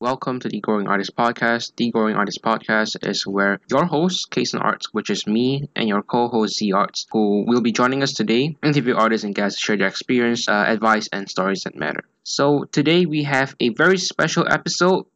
Welcome to the Growing Artist Podcast. The Growing Artist Podcast is where your host, Kason Arts, which is me, and your co host, Z Arts, who will be joining us today, interview artists and guests, share their experience, uh, advice, and stories that matter. So, today we have a very special episode,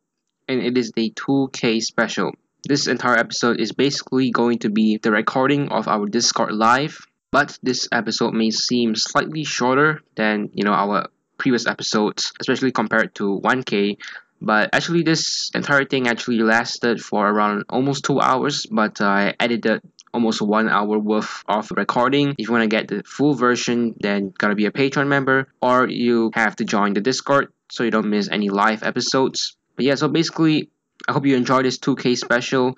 and it is the 2K special. This entire episode is basically going to be the recording of our Discord live, but this episode may seem slightly shorter than, you know, our previous episodes, especially compared to 1K. But actually, this entire thing actually lasted for around almost two hours. But I edited almost one hour worth of recording. If you want to get the full version, then gotta be a Patreon member, or you have to join the Discord so you don't miss any live episodes. But yeah, so basically, I hope you enjoy this 2K special.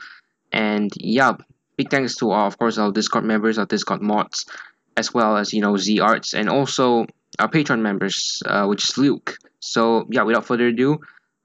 And yeah, big thanks to our, of course, our Discord members, our Discord mods, as well as you know Z Arts, and also our Patreon members, uh, which is Luke. So yeah, without further ado,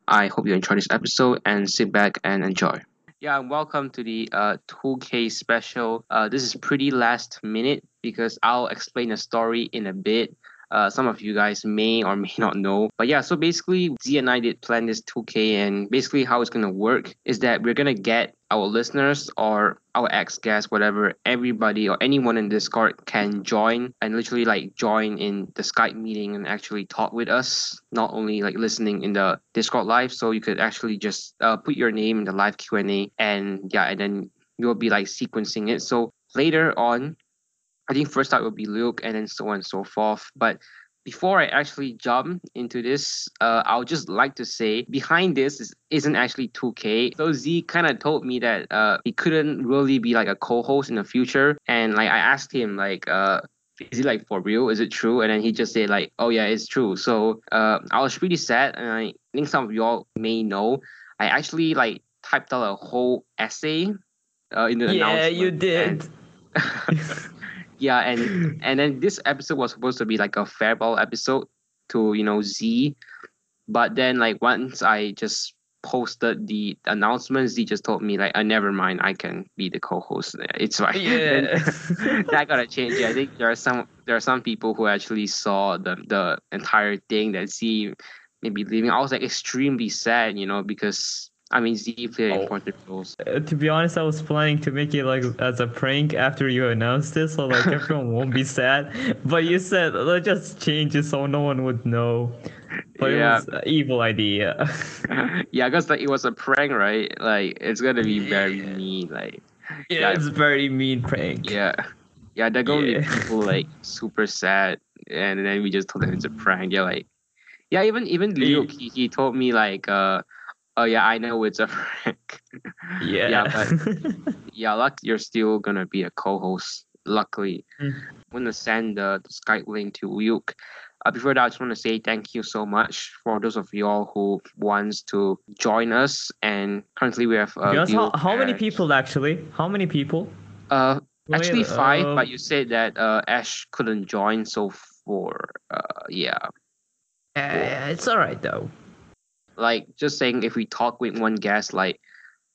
I hope you enjoy this episode and sit back and enjoy. Yeah, and welcome to the uh, 2K special. Uh, this is pretty last minute because I'll explain the story in a bit. Uh, some of you guys may or may not know. But yeah, so basically, Z and I did plan this 2K, and basically, how it's going to work is that we're going to get our listeners or our ex guests, whatever, everybody or anyone in Discord can join and literally like join in the Skype meeting and actually talk with us, not only like listening in the Discord live. So you could actually just uh, put your name in the live Q&A and yeah, and then you'll be like sequencing it. So later on, I think first out will be Luke and then so on and so forth. But before I actually jump into this, uh, I would just like to say behind this is, isn't actually 2K. So Z kind of told me that uh, he couldn't really be like a co-host in the future, and like I asked him like, uh, is it like for real? Is it true? And then he just said like, oh yeah, it's true. So uh, I was pretty sad, and I think some of y'all may know I actually like typed out a whole essay uh, in the Yeah, announcement. you did. and- yeah and and then this episode was supposed to be like a farewell episode to you know z but then like once i just posted the announcement z just told me like uh, never mind i can be the co-host it's fine Yeah. that gotta change it. i think there are some there are some people who actually saw the the entire thing that z maybe leaving i was like extremely sad you know because i mean z played Oh. important roles Uh, to be honest, I was planning to make it like as a prank after you announced this, so like everyone won't be sad. But you said let's just change it so no one would know. But Yeah. it was an evil idea. yeah because like it was a prank right like it's gonna be very Yeah. mean like Yeah. yeah, it's a very mean prank. Yeah. Yeah, they're going to be Yeah. people like super sad and then we just told them it's a prank. They're like Yeah, even even Yeah. Luke he, he told me like uh oh yeah, I know it's a prank. Yeah. Yeah, uh, yeah, luck you're still gonna be a co host, luckily. Mm. I'm gonna send the, the Skype link to Luke. Uh, before that, I just want to say thank you so much for those of y'all who wants to join us. And currently, we have To uh, be honest, how, Luke how many and- people actually? How many people? Uh, Actually, Wait, five, uh, but you said that uh, Ash couldn't join, so four. Uh, yeah, yeah, it's all right though. like just saying, if we talk with one guest, like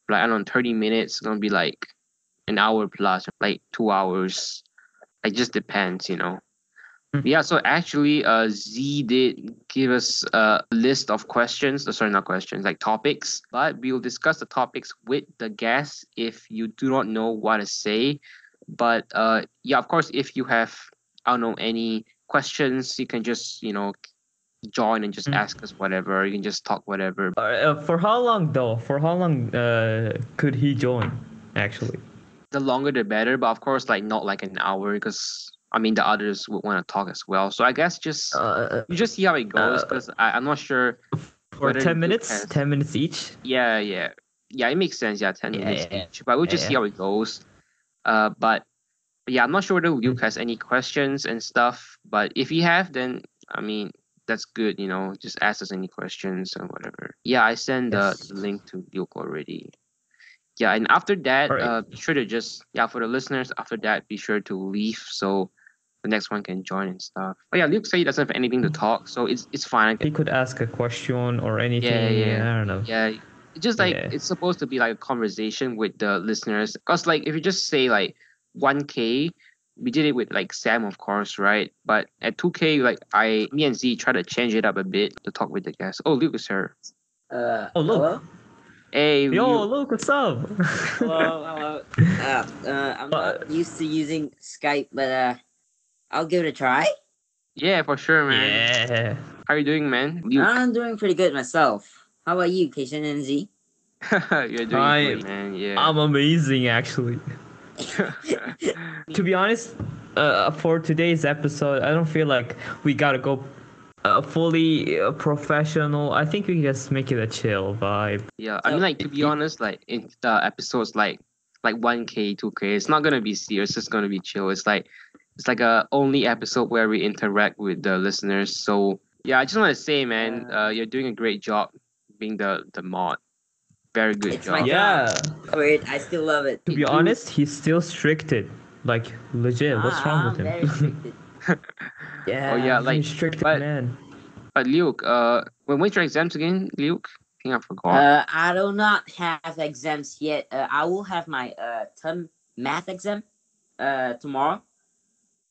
like I don't know, thirty minutes, it's gonna be like an hour plus, like two hours. It just depends, you know. Mm. Yeah, so actually, uh, Z did give us a list of questions. Uh, sorry, not questions, like topics. But we will discuss the topics with the guests if you do not know what to say. But uh, yeah, of course, if you have I don't know any questions, you can just you know join and just Mm. ask us whatever. You can just talk whatever. Uh, uh, for how long though? For how long uh, could he join? Actually. the longer the better, but of course, like not like an hour because I mean the others would want to talk as well. So I guess just Uh, you just see how it goes uh, because I'm not sure. for Whether 10 you minutes can- 10 minutes each Yeah, yeah, yeah. It makes sense. Yeah, ten Yeah, minutes yeah, yeah. each, but we'll Yeah, just see yeah. how it goes. Uh, but yeah, I'm not sure whether Mm. Luke has any questions and stuff. But if you have, then I mean that's good. You know, just ask us any questions and whatever. Yeah, I send uh, Yes. the link to Luke already. Yeah, and after that, Alright. uh, be sure to just yeah for the listeners. After that, be sure to leave so the next one can join and stuff. But yeah, Luke said he doesn't have anything Mm. to talk, so it's it's fine. I he could ask a question or anything yeah. i don't know yeah it's just like Yeah. it's supposed to be like a conversation with the listeners because like if you just say like 1k we did it with like sam of course right but at 2k like i me and z try to change it up a bit to talk with the guests oh lucas here Uh, Oh, look. Hello? Hey, Yo, you- look, what's up? Hello, hello. Uh, uh, I'm But- not used to using Skype, but uh, I'll give it a try. yeah, for sure, man. yeah. How you doing, man? You, I'm doing pretty good myself. How about you, Kishan and Z? you're doing I- good, man. Yeah. I'm amazing, actually. to be honest, uh, for today's episode, I don't feel like we gotta go uh, fully uh, professional. I think we can just make it a chill vibe. yeah. I mean, So- like to be honest, like in the episodes, like like one k, two k, it's not gonna be serious. It's just gonna be chill. It's like it's like a only episode where we interact with the listeners. So yeah, I just want to say, man, Yeah. uh, you're doing a great job being the the mod. Very good It's my job. job. Yeah. Weird. I still love it. To be Dude. honest, he's still stricted. Like legit. What's wrong Ah, with I'm very him? restricted. yeah. Oh, yeah, he's like, a strict but- man. But Luke, uh, when when's your exams again, Luke? I think I forgot. uh, I do not have exams yet. Uh, I will have my uh term math exam uh tomorrow.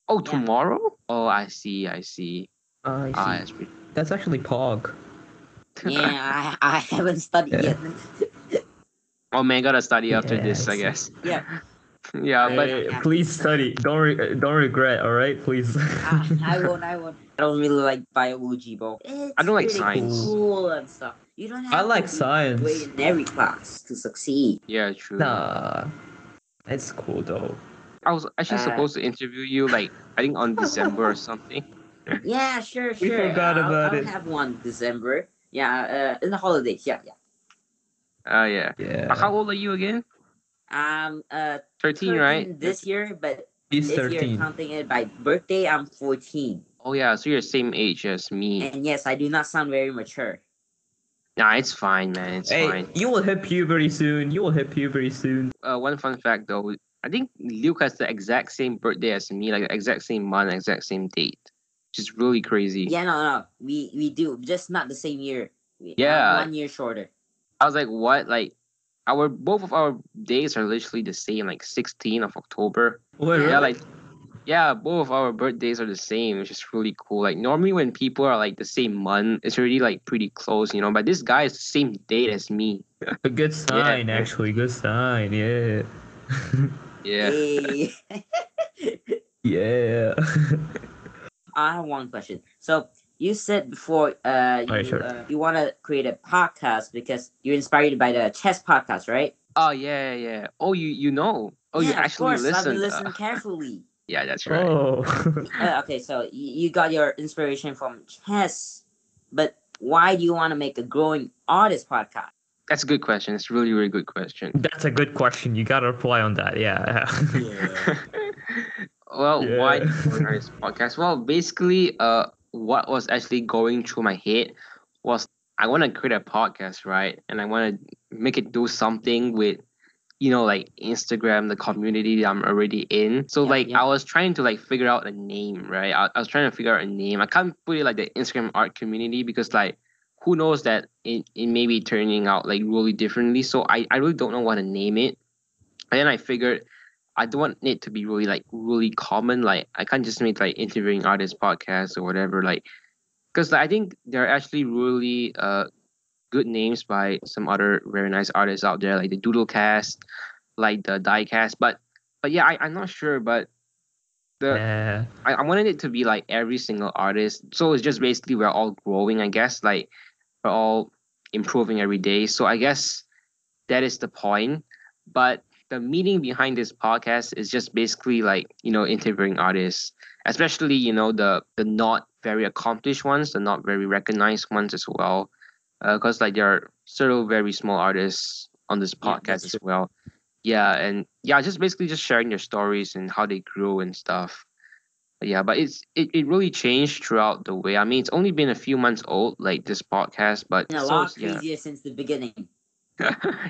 oh, yeah. tomorrow? Oh, I see. I see. Oh, I see. Ah, that's pretty. That's actually Pog. Yeah, I, I haven't studied Yeah. yet. Oh man, gotta study after Yeah, this, I I see. guess. Yeah. Uh, yeah, but Yeah. Hey, Uh, please study. Don't re- don't regret. All right, please. I, I won't. I won't. I don't really like biology, bro. It's don't like pretty science. Cool and stuff. You don't have I like to be science. great in every class to succeed. yeah, true. Nah, it's cool though. I was actually Uh, supposed to interview you like I think on December or something. Yeah, sure, We sure. forgot I'll, about I'll it. have one December. Yeah, uh, in the holidays. Yeah, yeah. Oh yeah. Yeah. But How old are you again? I'm uh 13, 13 right? this year, but He's if you're thirteen. counting it by birthday, I'm 14. Oh yeah, so you're the same age as me. And yes, I do not sound very mature. Nah, it's fine, man. It's Hey, fine. you will hit puberty soon. You will hit puberty soon. Uh, one fun fact though, I think Luke has the exact same birthday as me, like the exact same month, exact same date, which is really crazy. Yeah, no, no, we we do, just not the same year. We- I'm Yeah. one year shorter. I was like, what? Like, our both of our days are literally the same, like 16 of October. Wait, Yeah, really? like, yeah, both of our birthdays are the same, which is really cool. Like, normally when people are like the same month, it's already like pretty close, you know. But this guy is the same date as me. a good sign, actually. Good sign. Yeah. Yeah. Hey. Yeah. I have one question. So you said before uh, you, Alright, sure. uh, you want to create a podcast because you're inspired by the chess podcast, right? Oh yeah, yeah, yeah. Oh, you you know. Oh, you Yeah, actually of course. I've listened. been listening Uh, carefully. yeah, that's right. oh. Uh, okay, so y- you got your inspiration from chess, but why do you want to make a growing artist podcast? That's a good question. It's a really, really good question. That's a good question. You gotta reply on that. Yeah. well, why Yeah. doing this podcast? Well, basically, uh, what was actually going through my head was I want to create a podcast, right? And I want to make it do something with, you know, like Instagram, the community that I'm already in. So, Yeah, like, yeah. I was trying to like figure out a name, right? I, I was trying to figure out a name. I can't put it like the Instagram art community because, like, who knows that it, it may be turning out like really differently. So I, I really don't know what to name it. And then I figured I don't want it to be really like really common. Like I can't just make like interviewing artists podcast or whatever. Like because I think there are actually really uh good names by some other very nice artists out there, like the Doodlecast, like the Diecast. But but yeah, I, I'm not sure. But the yeah. I, I wanted it to be like every single artist. So it's just basically we're all growing, I guess. Like we're all improving every day. So I guess that is the point. But the meaning behind this podcast is just basically like, you know, interviewing artists, especially, you know, the the not very accomplished ones, the not very recognized ones as well. Because like there are several very small artists on this Yeah, podcast that's as well. Yeah, and yeah, just basically just sharing their stories and how they grew and stuff. Yeah, but it's it, it really changed throughout the way. I mean, it's only been a few months old, like this podcast, but And a so lot it's- yeah. crazier since the beginning.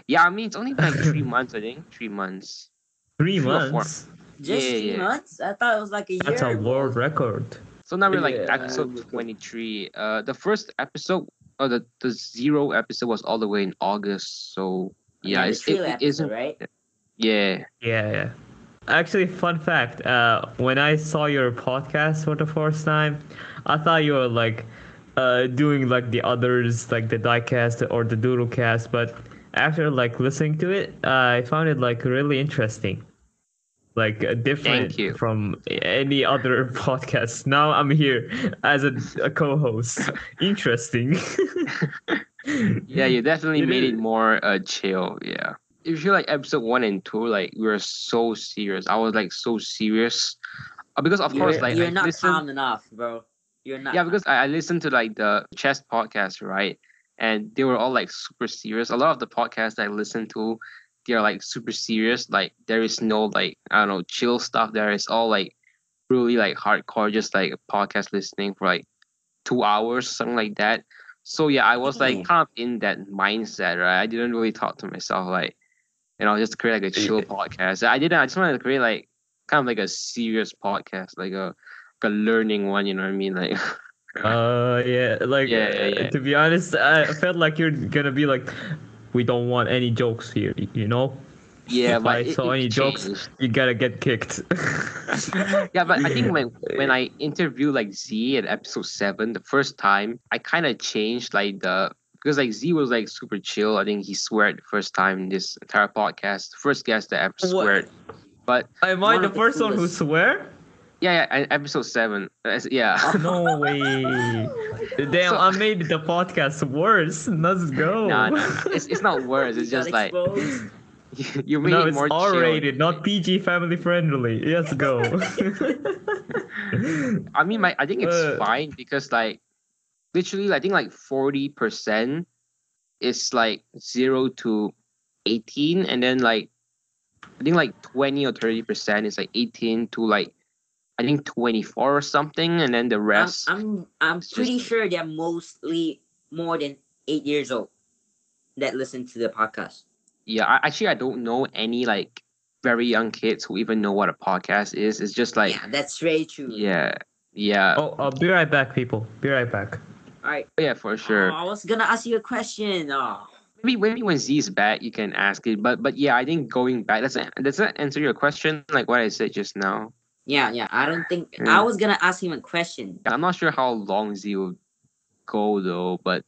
yeah, I mean, it's only been like three months, I think. Three months. Three Three or four. months. Just Yeah, three yeah. months? I thought it was like a That's year. a world record. So now we're like Yeah. episode 23. Uh, the first episode, or the, the zero episode was all the way in August. So yeah, the it's, it, trailer it episode, isn't. right? Yeah. Yeah, yeah. Actually, fun fact. Uh, when I saw your podcast for the first time, I thought you were like uh, doing like the others, like the diecast or the doodlecast, but after like listening to it, uh, I found it like really interesting, like uh, different you. from any other podcast. Now I'm here as a, a co-host. interesting. Yeah, you definitely It made is. it more uh, chill. Yeah. If you like episode one and two, like we were so serious. I was like so serious, uh, because of you're, course, like you're I not listen- calm enough, bro. You're not. yeah, because I, I listened to like the chess podcast, right? And they were all like super serious. A lot of the podcasts that I listen to, they are like super serious. Like there is no like I don't know chill stuff. There is all like really like hardcore, just like podcast listening for like two hours, something like that. So yeah, I was like Yeah. kind of in that mindset, right? I didn't really talk to myself like, you know, just create like a chill podcast. I didn't. I just wanted to create like kind of like a serious podcast, like a like a learning one. You know what I mean? Like. Uh, yeah, like Yeah, yeah, uh, yeah. to be honest, I felt like you're gonna be like, we don't want any jokes here. y- You know, Yeah, If but I it- saw it any jokes- changed. you gotta get kicked. Yeah, but I think when when I interviewed like Z in episode seven the first time, I kind of changed like the because like Z was like super chill. I think he sweared the first time in this entire podcast. First guest that ever What? sweared. But Am I One the of the first one who coolest. swear? yeah, yeah, e- episode seven. uh, Yeah. No Oh way! Damn, So- I made the podcast worse. Let's go. Nah, nah, it's, it's not worse. It's You got just like exposed. you, you made No, it it's more R chill. rated, not PG family friendly. Let's go. I mean, my I think it's Uh. fine because like literally, I think like forty percent is like zero to eighteen, and then like I think like twenty or thirty percent is like eighteen to like I think twenty four or something, and then the I'm, rest. I'm I'm It's pretty just- sure they're mostly more than eight years old that listen to the podcast. yeah, I, actually, I don't know any like very young kids who even know what a podcast is. It's just like yeah, that's very true. yeah, yeah, oh, I'll be right back, people. Be right back. All right. yeah, for sure. Oh, I was gonna ask you a question. Oh, Maybe maybe when Z is back, you can ask it. But but yeah, I think going back does that does that answer your question? Like what I said just now. yeah, yeah. I don't think Hmm. Yeah. I was gonna ask him a question. I'm not sure how long Z will go though, but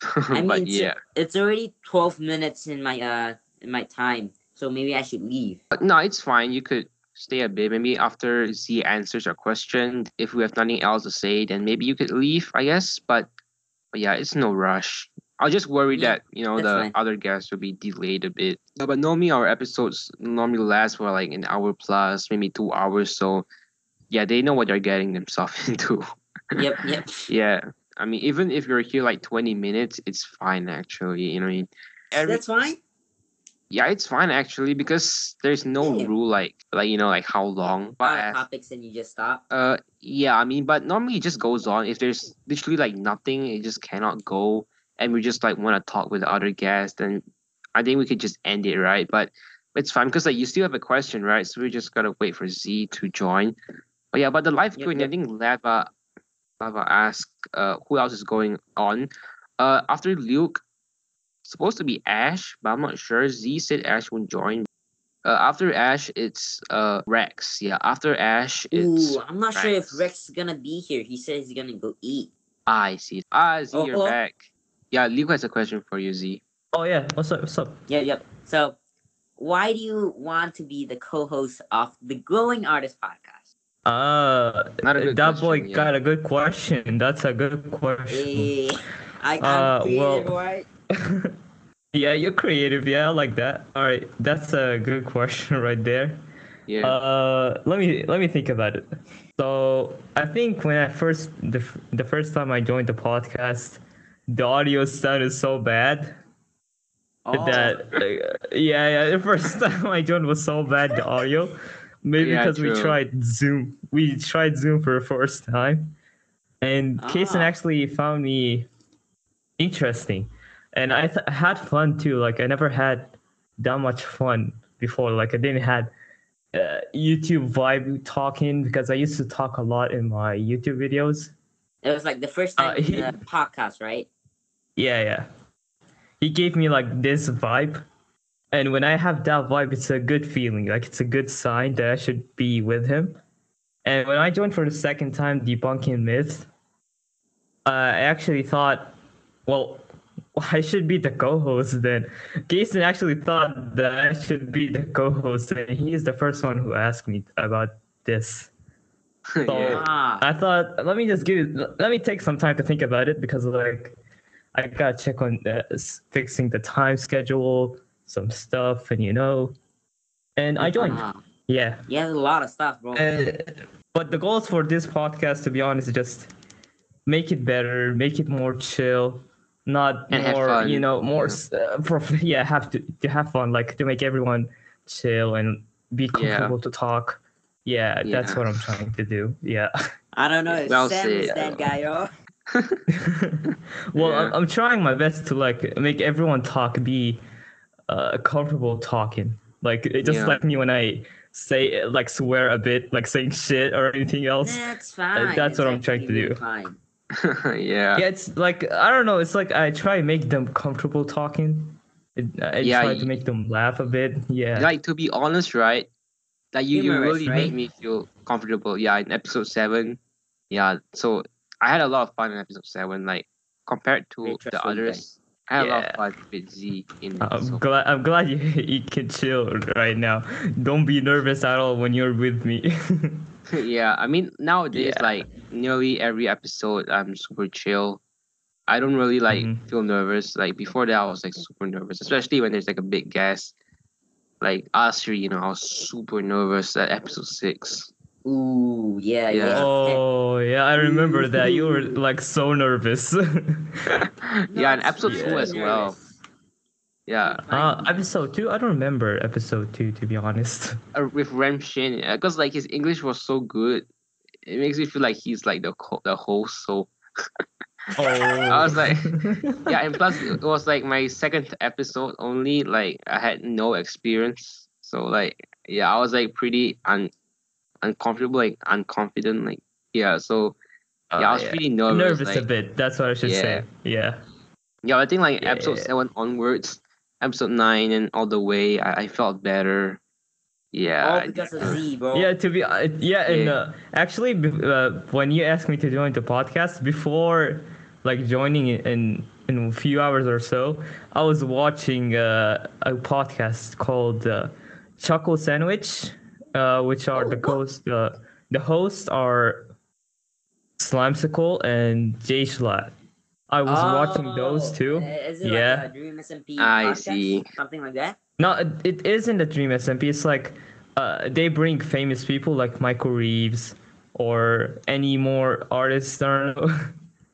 I but mean, it's- yeah. It's already twelve minutes in my uh in my time, so maybe I should leave. But no, it's fine. You could stay a bit. Maybe after Z answers our question, if we have nothing else to say, then maybe you could leave, I guess. But, but yeah, it's no rush. I was just worried that, Yeah, you know, that's the fine. other guests will be delayed a bit. No, but normally our episodes normally last for like an hour plus, maybe two hours. So yeah, they know what they're getting themselves into. yep, yep. Yeah. I mean, even if you're here like 20 minutes, it's fine actually. You know what I mean? Every- that's fine. yeah, it's fine actually because there's no Yeah. rule like like you know like how long. But Five as- topics and you just stop. uh yeah, I mean, but normally it just goes on. If there's literally like nothing, it just cannot go, and we just like want to talk with the other guests, then I think we could just end it right. But it's fine because like you still have a question, right? So we just gotta wait for Z to join. But yeah, but the live Yep, Q&A, yep. I think Lava Lava asked uh who else is going on. Uh after Luke, supposed to be Ash, but I'm not sure. Z said Ash won't join. Uh, after Ash, it's uh Rex. Yeah, after Ash, it's Ooh, I'm not sure if Rex. Rex is gonna be here. He says he's gonna go eat. I see. Ah, Z, Oh, you're oh. back. Yeah, Liu has a question for you, Z. Oh yeah, what's up? What's up? Yep, yep. So, why do you want to be the co-host of the Growing Artist Podcast? Uh, Not a good that boy question, yeah. got a good question. That's a good question. Eh, I Uh, got creative, well- right? yeah, you're creative. Yeah, I like that. All right, that's a good question right there. Yeah. Uh, let me let me think about it. So I think when I first the, f- the first time I joined the podcast, the audio sounded so bad Oh, that uh, yeah yeah the first time I joined was so bad the audio, maybe Yeah, because we true. tried Zoom we tried Zoom for the first time, and Kason Ah. actually found me interesting, and I th- had fun too. Like I never had that much fun before. Like I didn't had uh, YouTube vibe talking because I used to talk a lot in my YouTube videos. it was like the first time uh, in he- the podcast, right? Yeah, yeah. He gave me like this vibe. And when I have that vibe, it's a good feeling. Like it's a good sign that I should be with him. And when I joined for the second time debunking myths, uh, I actually thought, well, I should be the co-host then. Jason actually thought that I should be the co-host, and he's the first one who asked me about this. yeah. Ah, I thought, let me just give it, let me take some time to think about it because like, I gotta check on uh, s- fixing the time schedule, some stuff, and you know, and I joined. ah. Yeah. Yeah, there's a lot of stuff, bro. Uh, but the goals for this podcast, to be honest, is just make it better, make it more chill, not And have more, fun. you know, more. s Uh, prof- yeah, have to to have fun, like to make everyone chill and be comfortable to talk. Yeah, that's Yeah. what I'm trying to do. Yeah. I don't know if Well Sam said. is that guy, yo. well, Yeah. I'm, I'm trying my best to like make everyone talk, be uh, comfortable talking. Like it just Yeah. like me when I say like swear a bit, like saying shit or anything else. That's fine. that's It's what I'm trying to actually do. Fine. yeah. yeah it's like i don't know it's like i try to make them comfortable talking It- i Yeah, try y- to make them laugh a bit yeah Like to be honest, right? Like you, you Humorous, really right? made me feel comfortable. Yeah, in episode seven. Yeah. So I had a lot of fun in episode seven, like compared to Interesting the thing. others. I had a lot Yeah. of fun with Z in i'm episode. glad i'm glad you, you can chill right now don't be nervous at all when you're with me yeah, I mean nowadays Yeah. like nearly every episode I'm super chill. I don't really like Mhm. feel nervous. Like before that I was like super nervous, especially when there's like a big guest. Like us three, you know, I was super nervous at episode six. Ooh, yeah, Yeah. yeah. oh yeah i remember that you were like so nervous No, yeah, and it's episode really two as well. nervous. Yeah, uh episode two i don't remember episode two to be honest uh, with Rem Shin, because like his English was so good, it makes me feel like he's like the co- the host. So oh i was like- yeah, and plus it was like my second episode only. Like I had no experience, so like yeah, I was like pretty un uncomfortable, like unconfident, like yeah. So yeah, I was pretty nervous. Oh, nervous like- a bit that's what i should say yeah Yeah, I think like Yeah. episode seven onwards, episode nine and all the way, I, I felt better. Yeah. All I- because of Z, bro. Yeah, to be uh, yeah, and Yeah. uh, actually, be- uh, when you asked me to join the podcast before, like joining in in, in a few hours or so, I was watching uh, a podcast called uh, Chuckle Sandwich, uh, which are Oh, the what? host uh, the hosts are Slimesicle and Jay Schlatt. I was watching those Oh, two. Is it Yeah. like a Dream SMP? I podcast? see. Something like that. No, it, it isn't a dream SMP. It's like uh, they bring famous people like Michael Reeves or any more artists. I don't know.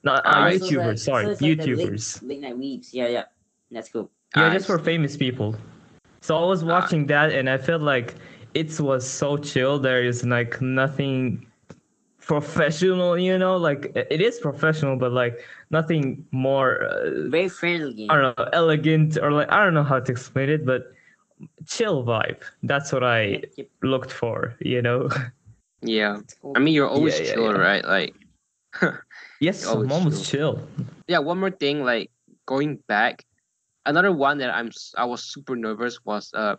Not uh, Alright. Ah, So it's like- YouTubers. sorry, so it's like the late- YouTubers. Late night weeps. Yeah, yeah. That's cool. yeah, I Ah, just for famous people. So I was watching that, and I felt like it was so chill. There is like nothing professional, you know. Like i- it is professional, but like nothing more. Uh, Very friendly. I don't know, elegant or like I don't know how to explain it, but chill vibe. That's what I Yep, yep, looked for, you know. Yeah. it's cool. I mean, you're always yeah, chill, yeah. right? Like, Yes, Oh, I'm it's almost chill. yeah. One more thing, like going back, another one that I'm s- I was super nervous was uh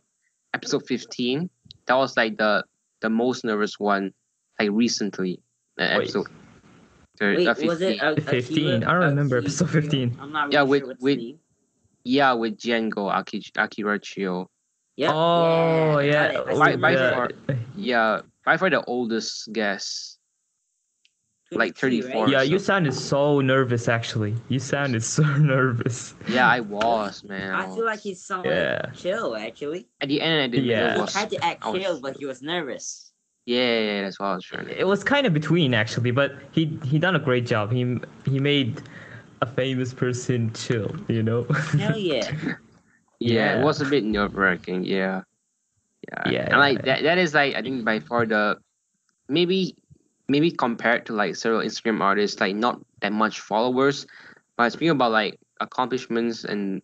episode fifteen. That was like the the most nervous one like recently. Uh, Wait. episode. thir- Wait, uh, was it 15. a, a 15? Kira- I don't a remember Kira- episode 15. I'm not really Yeah, sure with- what's with- name. Yeah, with Django Aki, Akira Chio. Yeah. Oh yeah. yeah, got it. I By- by see what you the- far. Yeah, by far the oldest guest. did. like 23, 34. yeah. or You so. sounded so nervous. Actually, you sounded so nervous. Yeah, I was man. I feel like he's somewhat Yeah. chill actually. at the end, I didn't. Yeah. Yeah. He Was, tried to act I was- chill, but he was nervous. yeah, yeah, that's what I was trying. To, It was kind of between actually, but he he done a great job. He he made a famous person chill. You know. Hell yeah. yeah, Yeah. it was a bit nerve wracking. Yeah. Yeah. Yeah, And like yeah. that, that is like I think by far the maybe maybe compared to like several Instagram artists, like not that much followers. But speaking about like accomplishments and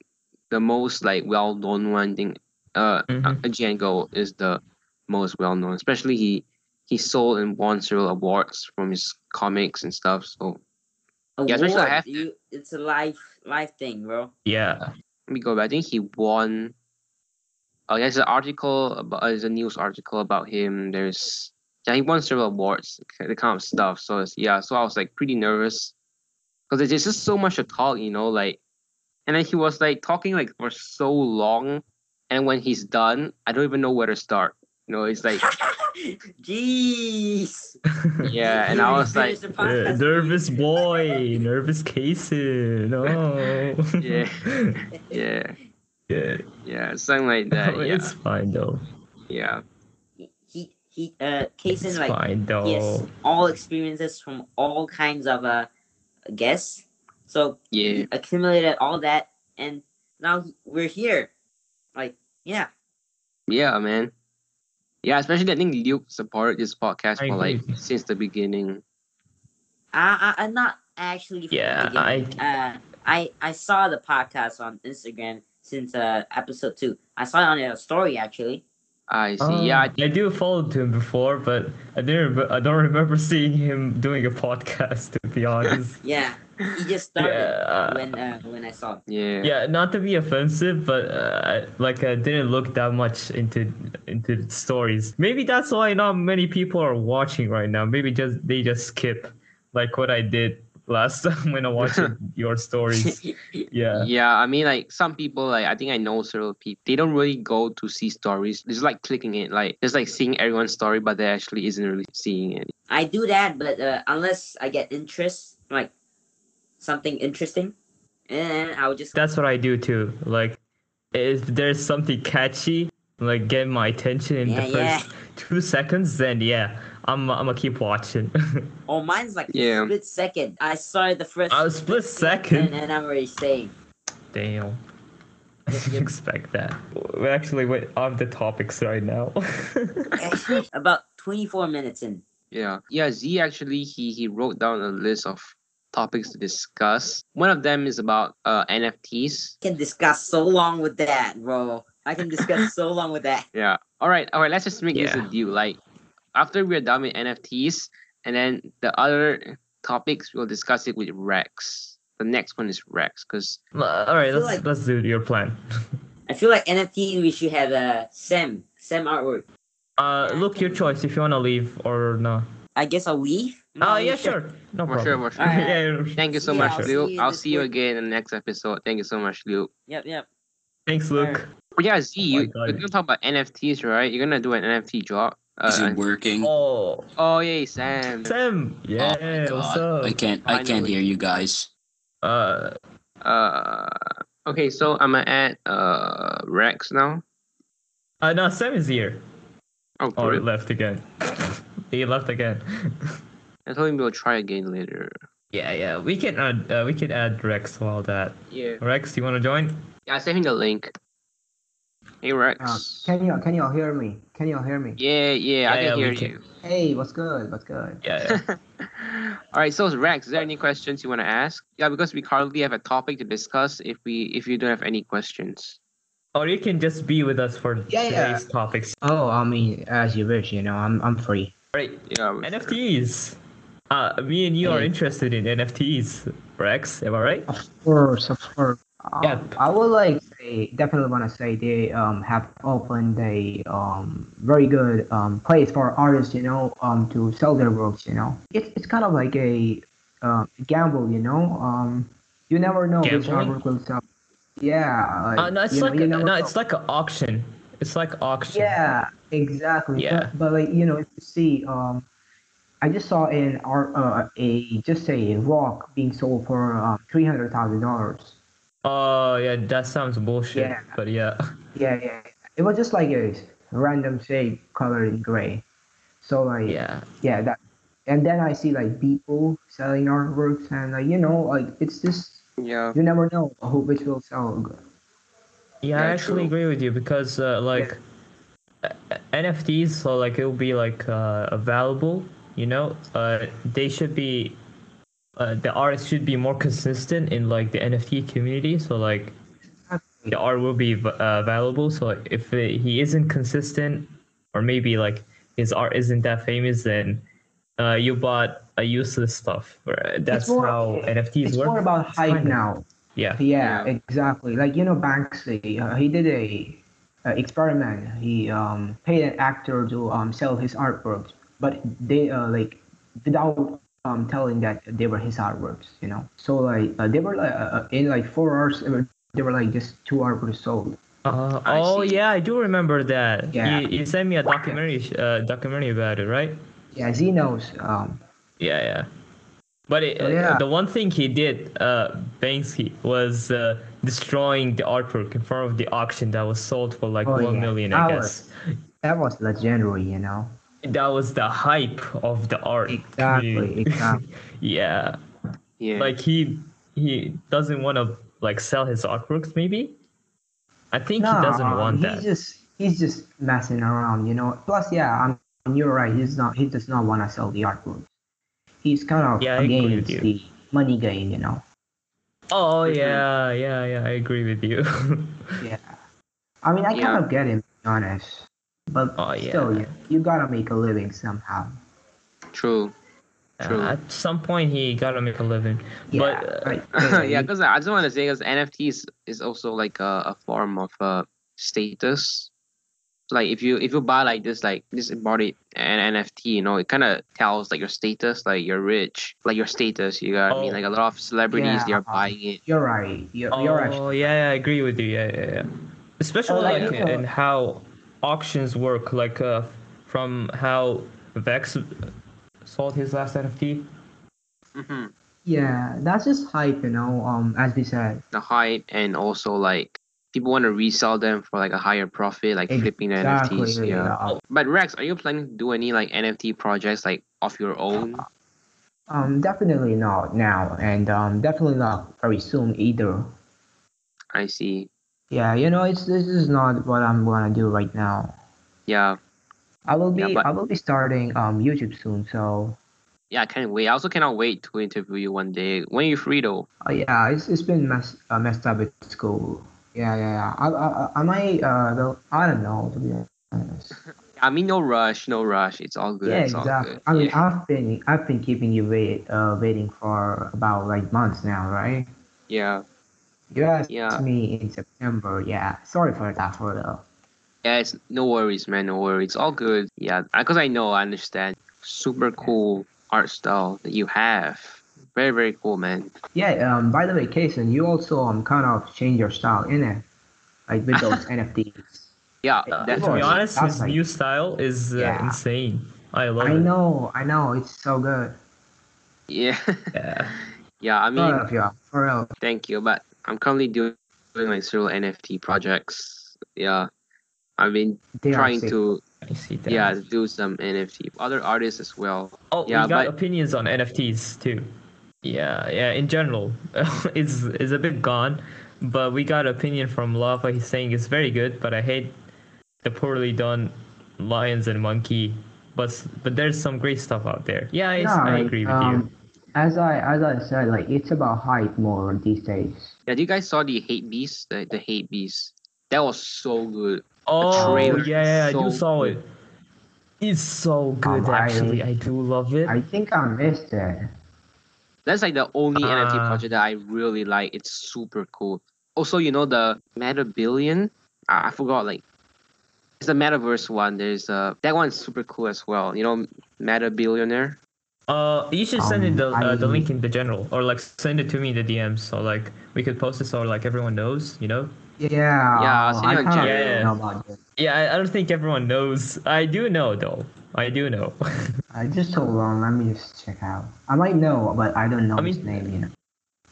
the most like well known one thing, uh, Mhm. Django is the most well known. Especially he he sold and won several awards from his comics and stuff. So Yeah, especially I Award, have- you, it's a life life thing, bro. yeah. let me go back. I think he won. Oh, there's an article about uh, there's a news article about him. There's yeah, he won several awards, that kind of stuff. So it's, yeah, so I was like pretty nervous because there's just so much to talk, you know, like, and then he was like talking like for so long, and when he's done, I don't even know where to start. You know, it's like Jeez. yeah, and I was like Uh, nervous boy, nervous Casey. No. yeah, yeah, yeah. yeah, something like that. Yeah, It's fine though. yeah, He he uh cases It's like fine though. yes, all experiences from all kinds of uh guests. So yeah, he accumulated all that and now he- we're here. Like, yeah. yeah, man. Yeah, especially I think Luke supported this podcast I for like agree. since the beginning. I, I I'm not actually from the Yeah, beginning. I uh, I I saw the podcast on Instagram since uh episode two. I saw it on a story actually. I see. um, yeah, I I do follow him before, but I didn't. Re- I don't remember seeing him doing a podcast. To be honest, Yeah, he just started yeah, when uh, when I saw. It. Yeah. yeah. Not to be offensive, but uh, I- like I didn't look that much into into the stories. Maybe that's why not many people are watching right now. Maybe just they just skip, like what I did last time when I watched your stories. Yeah, Yeah, I mean, like some people, like I think I know several people. They don't really go to see stories. It's like clicking it, like it's like seeing everyone's story, but they actually isn't really seeing it. I do that, but uh, unless I get interest, like something interesting, and I would just that's what I do too. Like if there's something catchy, like get my attention in the yeah first yeah. two seconds, then yeah, I'm I'm gonna keep watching. Oh, mine's like Yeah. split second. I started the first. I was split and, second. and I'm already saying. Damn. I didn't expect that. We actually went off the topics right now. about 24 minutes in. Yeah, yeah. Z actually, he he wrote down a list of topics to discuss. One of them is about uh NFTs. can discuss so long with that, bro. I can discuss so long with that. Yeah. All right, all right. Let's just make this Yeah. a deal. Like after we're done with NFTs, and then the other topics we'll discuss it with Rex. The next one is Rex, cause All right, feel let's like- let's do your plan. I feel like NFT we should have a Sam Sam artwork. Uh, look your choice if you wanna leave or not. I guess I'll leave. Oh yeah, sure, no for problem. sure, for sure. Alright. Yeah, yeah. Thank you so Yeah, much, I'll see Luke. you in I'll this see you week. again in the next episode. Thank you so much, Luke. Yep, yep. Thanks, Luke. But yeah, Z, Oh my you, God. we're gonna talk about NFTs, right? You're gonna do an NFT job. Is Uh, it working? Oh, oh yay, Sam. Sam. Yeah, what's God, I up? can't. I can't Finally. hear you guys. Uh, Uh, okay, so I'm gonna add uh Rex now. uh, no, Sam is here. Oh, Oh, great. it left again. he left again. I told him we'll try again later. Yeah, yeah. We can add uh, we can add Rex while that. Yeah. Rex, you want to join? Yeah, I sent him the link. Hey Rex. Uh, can you can you all hear me? Can you all hear me? yeah, yeah, I Yeah, can yeah, hear we can. you. Hey, what's good? What's good? Yeah. yeah. All right, so Rex, is there any questions you want to ask? Yeah, because we currently have a topic to discuss. If we if you don't have any questions, or you can just be with us for Yeah, yeah. today's topics. Oh, I mean, as you wish. You know, I'm I'm free. Right. yeah, we- NFTs. Uh, me and you are Yeah. interested in NFTs, Rex. Am I right? Of course, of course. Um, Yep. I would like say definitely want to say they um have opened a um very good um place for artists. You know, um to sell their works. You know, it's it's kind of like a um gamble. You know, um you never know which Gambling? artwork will sell. Yeah. Uh, no, it's you know- like you a, never no, know. it's like an auction. It's like auction. Yeah, exactly. Yeah. But, but like you know, you see, um, I just saw an art, uh, a just say a rock being sold for um, three hundred thousand dollars. Oh yeah, that sounds bullshit. Yeah. But yeah. Yeah, yeah. It was just like a random shade colored in gray. So like, yeah, Yeah. that. And then I see like people selling artworks, and like you know, like it's just yeah. you never know who which will sell. Yeah, I Yeah, actually true. agree with you because uh, like uh, NFTs, so like it will be like uh, available. You know, uh, they should be uh, the artists should be more consistent in like the NFT community. So like the art will be v- uh, available. So like, if uh he isn't consistent, or maybe like his art isn't that famous, then uh, you bought a useless stuff. Right? That's more- how NFTs It's work. more about It's hype kinda- now. Yeah. Yeah, Yeah. exactly. Like you know, Banksy, uh, he did a, uh experiment. He um, paid an actor to um, sell his artworks, but they uh, like without um, telling that they were his artworks, you know. So like uh, they were like uh, in like four hours, they were, they were like just two artworks sold. Uh, I oh see. yeah, I do remember that. Yeah. You, you sent me a documentary, uh, documentary about it, right? Yeah, Zeno's. Um, Yeah, yeah. But it, So, Oh, yeah. the one thing he did, uh, Banksy, was uh, destroying the artwork in front of the auction that was sold for like Oh, one yeah. million, I That guess. that was legendary, you know. That was the hype of the art. Exactly, community. exactly. yeah, Yeah. like he he doesn't want to like sell his artworks. Maybe I think he doesn't want he's that. just he's just messing around, you know. Plus, yeah, I'm, you're right. He's not. He does not want to sell the artwork. He's kind of Yeah, I agree with against you. the money game, you know. Oh Mhm. yeah, yeah, yeah. I agree with you. Yeah. I mean, I Yeah. kind of get him, to be honest. But Oh, still, yeah. you, you gotta make a living somehow. True. True. Uh, at some point, he gotta make a living. Yeah, But, uh, right. yeah, because I just want to say because NFTs is also like a, a form of uh, status. Like if you if you buy like this like this embodied an NFT, you know, it kind of tells like your status, like you're rich, like your status. You got I mean Oh. like a lot of celebrities Yeah, they are uh-huh. buying it. You're right. You're, Oh you're actually yeah, yeah, I agree with you. Yeah, yeah, yeah. Especially Oh, like, like uh, in how auctions work, like uh, from how Vex sold his last NFT. Mm-hmm. yeah. That's just hype, you know. Um, as we said, The hype and also like people want to resell them for like a higher profit, like flipping the exactly. NFTs. Yeah. yeah. But Rex, are you planning to do any like NFT projects like of your own? Um, definitely not now, and um, definitely not very soon either. I see. Yeah, you know, it's this is not what I'm gonna do right now. Yeah. I will be Yeah, but- I will be starting um YouTube soon, so Yeah, I can't wait. I also cannot wait to interview you one day. When you free though? uh, yeah, it's it's been mess, uh, messed up at school. Yeah, yeah, yeah. I I, I- I might uh though- I don't know to be honest. I mean, no rush, no rush. It's all good. yeah, it's All exactly. good. I mean, yeah. I've been I've been keeping you wait uh waiting for about like months now, right? yeah, You asked Yeah. me in September. Yeah, sorry for that for the. yeah. It's no worries, man. No worries. It's all good. Yeah, because I know, I understand. Super cool art style that you have. Very, very cool, man. Yeah, um, by the way, Kason, you also um kind of change your style in it, like with those NFTs. Yeah, to Uh, definitely. be course, honest, that's his like- new style is uh, Yeah. insane. I love I it. know, I know, it's so good. Yeah, Yeah. yeah. I mean, Proud of you, for real. thank you. But I'm currently doing, doing like several NFT projects. Yeah, I've been They are trying sick. to I see that. yeah do some NFT. Other artists as well. Oh, yeah, we got but- opinions on NFTs too. Yeah, yeah. In general, it's it's a bit gone, but we got opinion from Lava. He's saying it's very good, but I hate the poorly done lions and monkey. But s- but there's some great stuff out there. Yeah, I, Yeah, I like, agree with um, you. As I as I said, like it's about hype more these days. Yeah, do you guys saw the Hate Beast? The, the Hate Beast. That was so good. Oh yeah, trailer is yeah, I so do saw good. it. It's so good Um, I- actually. I do love it. I think I missed it. That's like the only NFT Ah. project that I really like. It's super cool. Also, you know the Metabillion. I, I forgot like it's the Metaverse one. There's uh that one's super cool as well. You know Meta Billionaire. Uh, you should send it Um, the uh, the I- link in the general, or like send it to me in the DMs, so like we could post it so like everyone knows, you know. Yeah, Yeah, I'll um, I send you a kind of general. don't know about it. Yeah, I, I don't think everyone knows. I do know though. I do know. I just hold on, let me just check out. I might know, but I don't know I his mean- name. You know.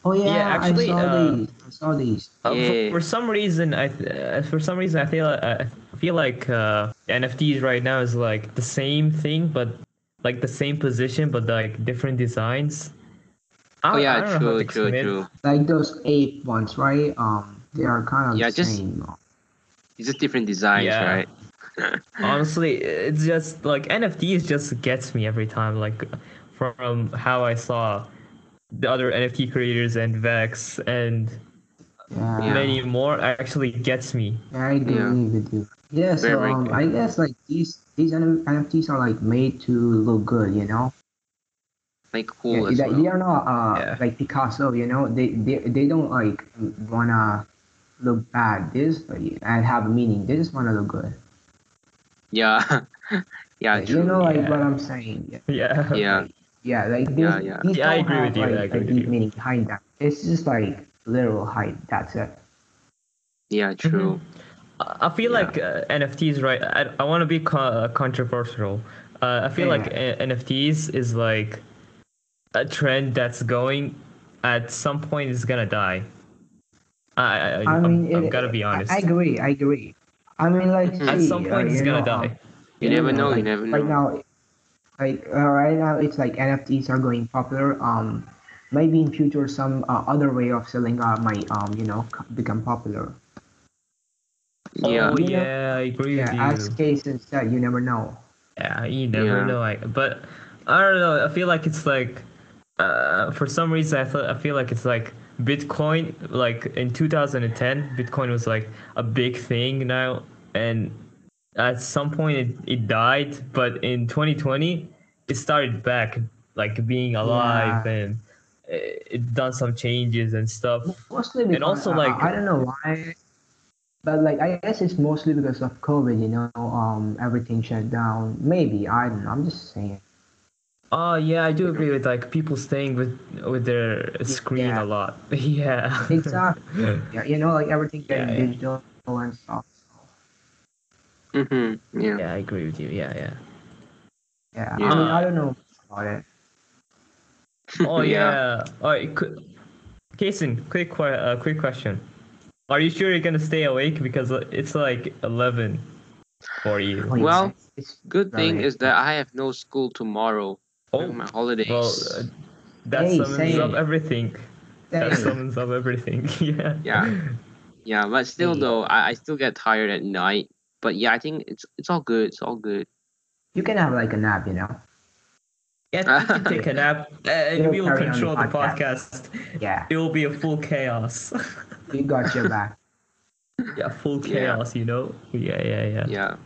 Oh yeah, actually, I saw uh, these. I saw these. Uh, Yeah. for, for some reason, I th- uh, for some reason I feel I I feel like uh, NFTs right now is like the same thing, but like the same position, but like different designs. I, Oh I yeah, don't know how to true, true, explain it. true. Like those ape ones, right? Um, they are kind of Yeah, the just- same. It's just different designs, Yeah. right? Honestly, it's just like NFTs just gets me every time. Like from how I saw the other NFT creators and Vex and Yeah. many more actually gets me. Yeah, I agree Yeah. with you. Yeah, so Very um, good. I guess like these these N- NFTs are like made to look good, you know. Like cool yeah, as they, well. they are not uh, Yeah. like Picasso, you know. They they, they don't like wanna look bad. They just like, and have meaning. They just wanna look good. Yeah, yeah, you true. know, like yeah. what I'm saying. Yeah. Yeah. Yeah. Yeah, like Yeah, there's- yeah. these Yeah, I don't agree with have, you, I Like, agree a with deep you. meaning behind that. It's just like literal hype. That's it. Yeah, Mm-hmm. true. I I feel Yeah. like uh, NFTs, right? I, I want to be co- controversial. Uh, I feel Yeah. like uh, NFTs is like a trend that's going. At some point, it's gonna die. I, I, I I mean, am it- gotta be honest. I, I agree. I agree. I mean, like Hmm. At see, some uh, point, it's you gonna know, um, die. You never know, like, you never Right know. now, like uh, right now, it's like NFTs are going popular. Um, maybe in future, some uh, other way of selling art might um, you know, c- become popular. yeah. Oh You know- yeah, I agree Yeah, with as you. case instead, you never know. Yeah, you never Yeah. know. Like, but I don't know. I feel like it's like, uh, for some reason, I thought I feel like it's like Bitcoin. Like in 2010, Bitcoin was like a big thing now, and at some point it, it died. But in 2020, it started back, like being alive, Yeah. and it, it done some changes and stuff. Mostly because also, I- like- I, I don't know why, but like I guess it's mostly because of COVID. You know, um, everything shut down. Maybe I don't know. I'm just saying. Oh yeah, I do agree with like people staying with with their screen Yeah. a lot. Yeah. Exactly. uh, yeah, you know, like everything Yeah, getting yeah. digital and stuff. Mm-hmm. Yeah. Yeah, I agree with you. Yeah, yeah. Yeah. Yeah. I mean, I don't know about it. Oh Yeah. yeah. All right. Qu- Kason, quick, que- uh, quick question. Are you sure you're gonna stay awake because uh, it's like eleven for you? What do you Well, say? it's Good thing Right. is that I have no school tomorrow. during Oh, my holidays. well, uh, that Hey, summons same. up everything. That Dang. summons up everything. yeah. Yeah. yeah, but still Yeah. mm. though, I, I still get tired at night. But yeah, I think it's it's all good. It's all good. you can have like a nap, you know. Yeah. You can take a nap, uh, and We'll we will carry on the control the podcast. podcast. Yeah, It will be a full chaos. you got your back. yeah, full Yeah. chaos. You know. Yeah, yeah, yeah. Yeah.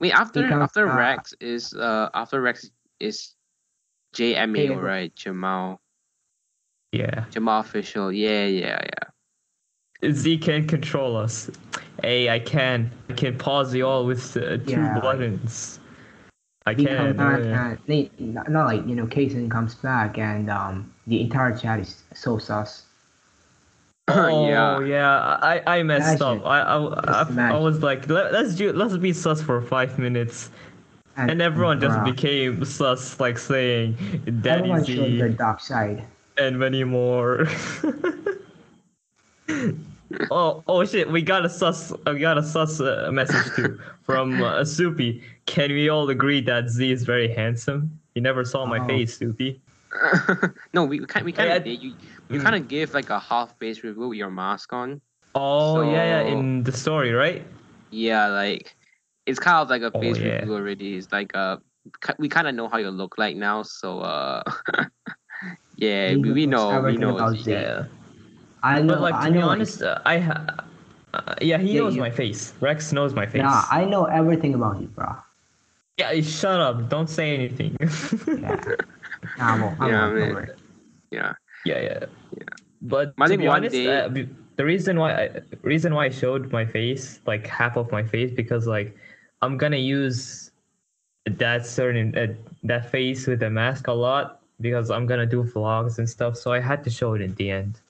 Wait, after Because, after uh, Rex is uh after Rex is JMA, Hey, right? Jamal. Yeah. Jamal official. Yeah, yeah, yeah. Z can control us. Hey, I can. I can pause you all with uh, two Yeah. buttons. I He can. comes back Uh, and they, not not like you know, Kason comes back and um, the entire chat is so sus. oh Uh, yeah. yeah, I, I messed Imagine. up. I I, Just I, I imagine. was like, Let, let's do let's be sus for five minutes, and everyone just bruh, became sus, like saying Daddy everyone showed their Z dark side. and many more. oh oh shit, we got a sus we got a sus uh, message too from uh, Soupy. Can we all agree that Z is very handsome? You never saw my Oh. face, Soupy. no, we we can't we Oh. Hey, kinda I- Mm. did. you you kinda give like a half face review with your mask on. Oh yeah, yeah, So- in the story, right? Yeah, like it's kind of like a Oh, face yeah. review already. It's like uh, ki- we kind of know how you look like now, so uh, yeah, We we, we know know, we everything know. about Z. Z. Yeah. I know. But like to I be know. honest, uh, I ha- uh, yeah, he Yeah, knows you- my face. Rex knows my face. Nah, I know everything about you, bro. yeah, eh, shut up. Don't say anything. Yeah. nah, I'm, I'm Yeah, on man. board. Yeah, yeah, yeah. But But I to think be one honest, day- uh, be- the reason why I, reason why I showed my face, like half of my face, because like I'm gonna use that certain uh, that face with a mask a lot because I'm gonna do vlogs and stuff. So I had to show it in the end.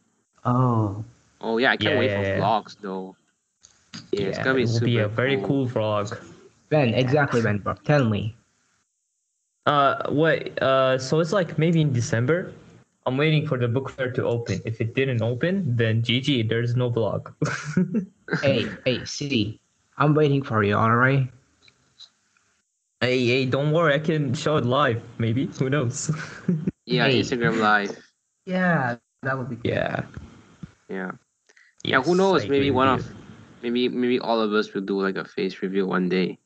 Oh, oh yeah, I can't Yeah, wait yeah, for yeah. vlogs though. Yeah, it's gonna be it will super be a very cool vlog. Ben, exactly, Ben, bro. Tell me. Uh, what? Uh, so it's like maybe in December. I'm waiting for the book fair to open. If it didn't open, then GG, there's no vlog. hey, hey, C, I'm waiting for you. All right. hey, hey, don't worry, I can show it live. Maybe who knows? Yeah, Hey. Instagram live. Yeah, that would be. yeah. Yeah, yeah. Who knows? Maybe one of, maybe maybe all of us will do like a face review one day.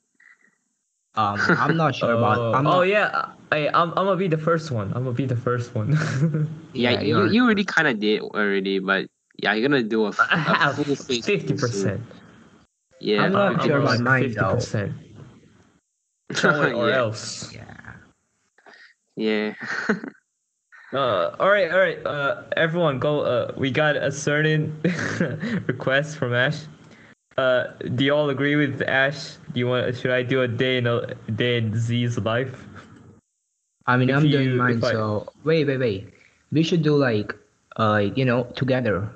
Um, I'm not sure Oh, about. I'm oh, not, yeah, I, I'm, I'm gonna be the first one. I'm gonna be the first one. Yeah, you, you're- you already kind of did already, but yeah, you're gonna do a, f- I a have full face. review fifty soon. percent. Yeah, I'm not fifty sure percent. about mine, though. percent. Show it or Yeah. else. Yeah. Yeah. Uh, all right, all right. Uh, everyone, go. Uh, we got a certain request from Ash. Uh, do you all agree with Ash? Do you want? Should I do a day in a day in Z's life? I mean, If I'm you- doing mine. if I- So wait, wait, wait. We should do like, uh, you know, together.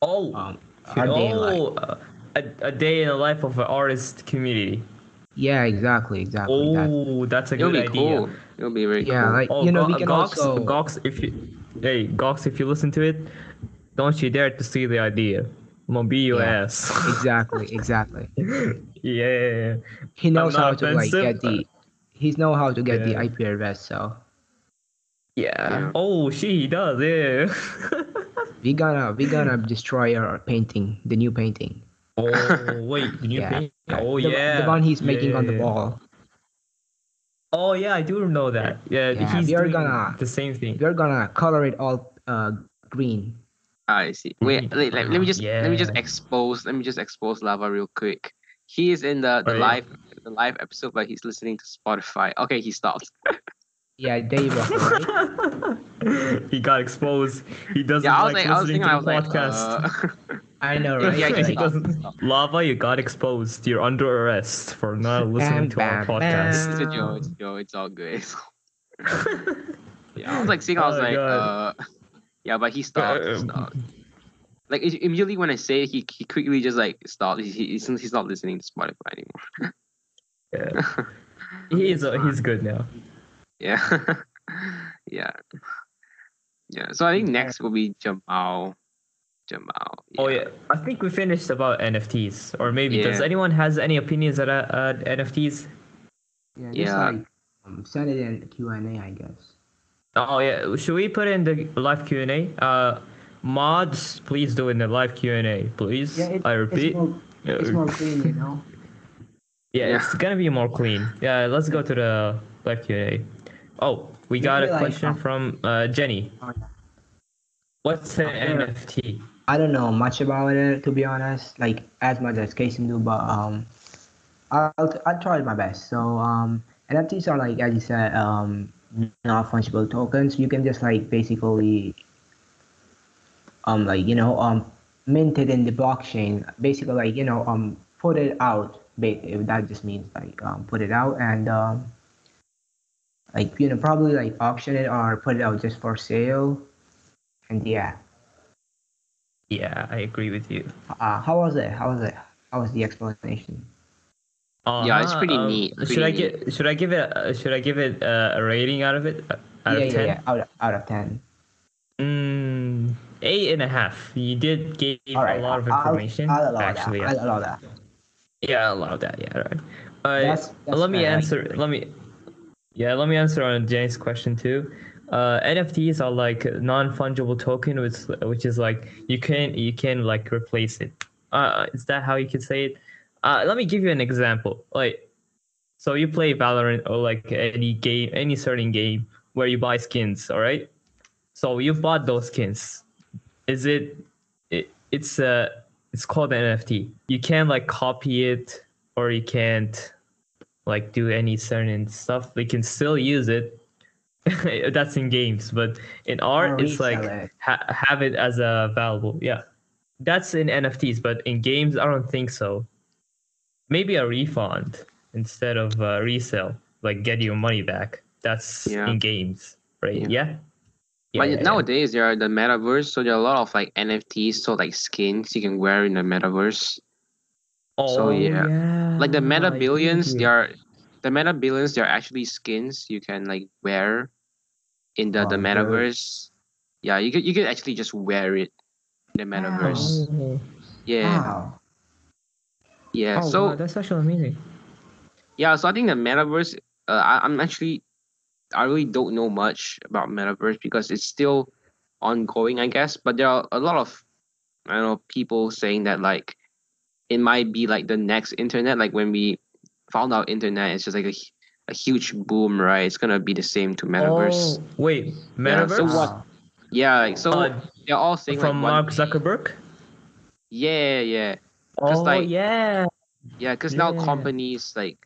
Oh, Um, oh, our day in life. uh, a, a day in the life of an artist community. Yeah, exactly, exactly. that. Oh, that's a It'll good be idea. cool. It'll be very Yeah, cool. like Oh, you Go- know, we can Gox, also. Gox, if you, hey, Gox, if you listen to it, don't you dare to see the idea. I'm gonna beat your Yeah. ass. Exactly, exactly. yeah, yeah, yeah. He knows how not to like offensive, get the. He know how to get Yeah. the IP address, so Yeah. Oh, she he does. Yeah. we gonna we gonna destroy our painting, the new painting. oh wait, the new Yeah. paint. Oh the, yeah. the one he's Yeah, making yeah, on the yeah. wall. Oh yeah, I do know that. Yeah, Yeah, he's we are doing gonna- the same thing. We're gonna color it all uh green. Ah, I see. Wait, let, let, let me just let me just Mm-hmm. Yeah. expose let me just expose Lava real quick. He is in the, the Oh, yeah. live the live episode, but he's listening to Spotify. Okay, he stopped. Yeah, there you go. right? he got exposed. He doesn't Yeah, I was like like, I was thinking, listening I to was the like, podcast. uh, I know, Yeah, right? yeah, Like, he does. doesn't- Lava, you got exposed. You're under arrest for not listening to our Bam, bam, podcast. it's a joke, it's a joke, it's all good. yeah, I was like seeing, I was Oh my like, God. uh, yeah, but he stopped. He Uh, stopped. Like i- immediately when I say it, he he quickly just like stopped. He, he he's he's not listening to Spotify anymore. Yeah. He is. Uh, he's good now. Yeah, yeah, yeah. So I think next will be Jamal. Jamal. Oh yeah, I think we finished about NFTs, or maybe does Yeah. anyone has any opinions at uh, uh, NFTs? yeah, just Yeah. like um, send it in Q and A, I guess. Oh yeah, should we put in the live Q and A? Uh, mods, please do in the live Q and A, please. Yeah, it, I repeat. it's more, it's more clean, you know. Yeah, Yeah. it's gonna be more clean. Yeah, let's go to the live Q and A. Oh, we got Maybe a like- question from uh, Jenny. Oh, yeah. What's an yeah. NFT? I don't know much about it to be honest, like as much as Casey do, but um, I'll I'll try my best. So um, NFTs are like as you said, um, non-fungible tokens. You can just like basically, um, like you know, um, mint it in the blockchain. Basically, like you know, um, put it out. ba- If that just means like um, put it out and um, like you know, probably like auction it or put it out just for sale. And yeah. Yeah, I agree with you. Uh, how was it? How was it? How was the explanation? Yeah, it's Uh-huh, pretty um, neat, Should pretty I get? Should I give it? Uh, should I give it uh, a rating out of it? Uh, Out yeah, of yeah, ten? yeah. Out of, out of ten. Mm, eight and a half. You did give All right. a lot of I'll- information. I'll, allow actually, that. I'll allow that. yeah, a lot of that. Yeah, right. Uh, That's- that's let me fair, I answer. agree. Let me. Yeah, let me answer on Jane's question too. Uh, NFTs are like non fungible token, which which is like you can you can like replace it. Uh, is that how you can say it? Uh, let me give you an example. Like, so you play Valorant or like any game, any certain game where you buy skins. All right. So you've bought those skins. Is it? it it's uh it's called an NFT. You can like copy it or you can't like do any certain stuff. We can still use it. That's in games, but in art, it's resell like it. ha- have it as a valuable. Yeah, that's in NFTs, but in games, I don't think so. Maybe a refund instead of uh, resale, like get your money back. That's Yeah. in games, right? Yeah. Yeah. yeah? But nowadays there are the metaverse, so there are a lot of like NFTs, so like skins you can wear in the metaverse. Oh, so, yeah. Like the yeah, Ah, I Hmm. meta agree billions, with they you. are the meta billions, they are actually skins you can like wear in the, Ah, the Oh, very- metaverse. Yeah, you could you could actually just wear it in the metaverse. Oh, Yeah, Wow. yeah. oh, so wow, that's actually amazing. yeah, so I think the metaverse, uh, I, I'm actually I really don't know much about metaverse because it's still ongoing, I guess. But there are a lot of I don't know people saying that like it might be like the next internet. Like when we found out internet, it's just like a, hu- a huge boom, right? It's gonna be the same to metaverse. Oh, wait, Yeah, metaverse so what- Wow. Yeah, like, so Uh, they're all saying from like one- Mark Zuckerberg. Yeah, yeah. Oh Just like- yeah. Yeah, because now Yeah. companies like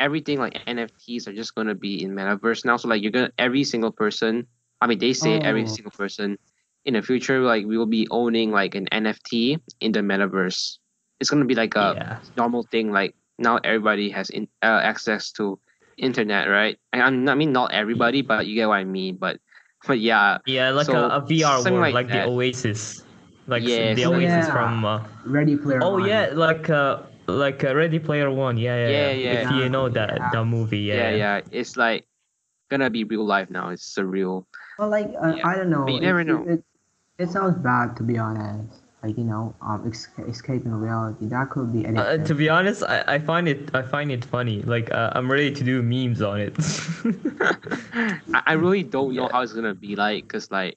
everything like NFTs are just gonna be in metaverse now. So like you're gonna every single person. I mean, they say every Oh. single person in the future like we will be owning like an NFT in the metaverse. It's gonna be like a yeah. normal thing. Like now everybody has in, uh, access to internet, right? I, I'm not- I mean not everybody, but you get what I mean. But but yeah, Yeah, like So, a, a VR something like world, like, that. the Oasis, like s- Yes. the Oasis Yeah. from. Uh, Ready Player oh One. yeah, like uh, like uh, Ready Player One. Yeah, yeah, Yeah, yeah. yeah. If you know that Yeah. the movie, yeah, yeah, It's like gonna be real life now. It's surreal. Well, like uh, Yeah, I don't know. but you it- never it, know. It, it sounds bad to be honest. Like you know, um, ex- escaping reality that could be anything. Uh, to be honest, I, I find it I find it funny. Like uh, I'm ready to do memes on it. I, I really don't know how it's gonna be like, cause like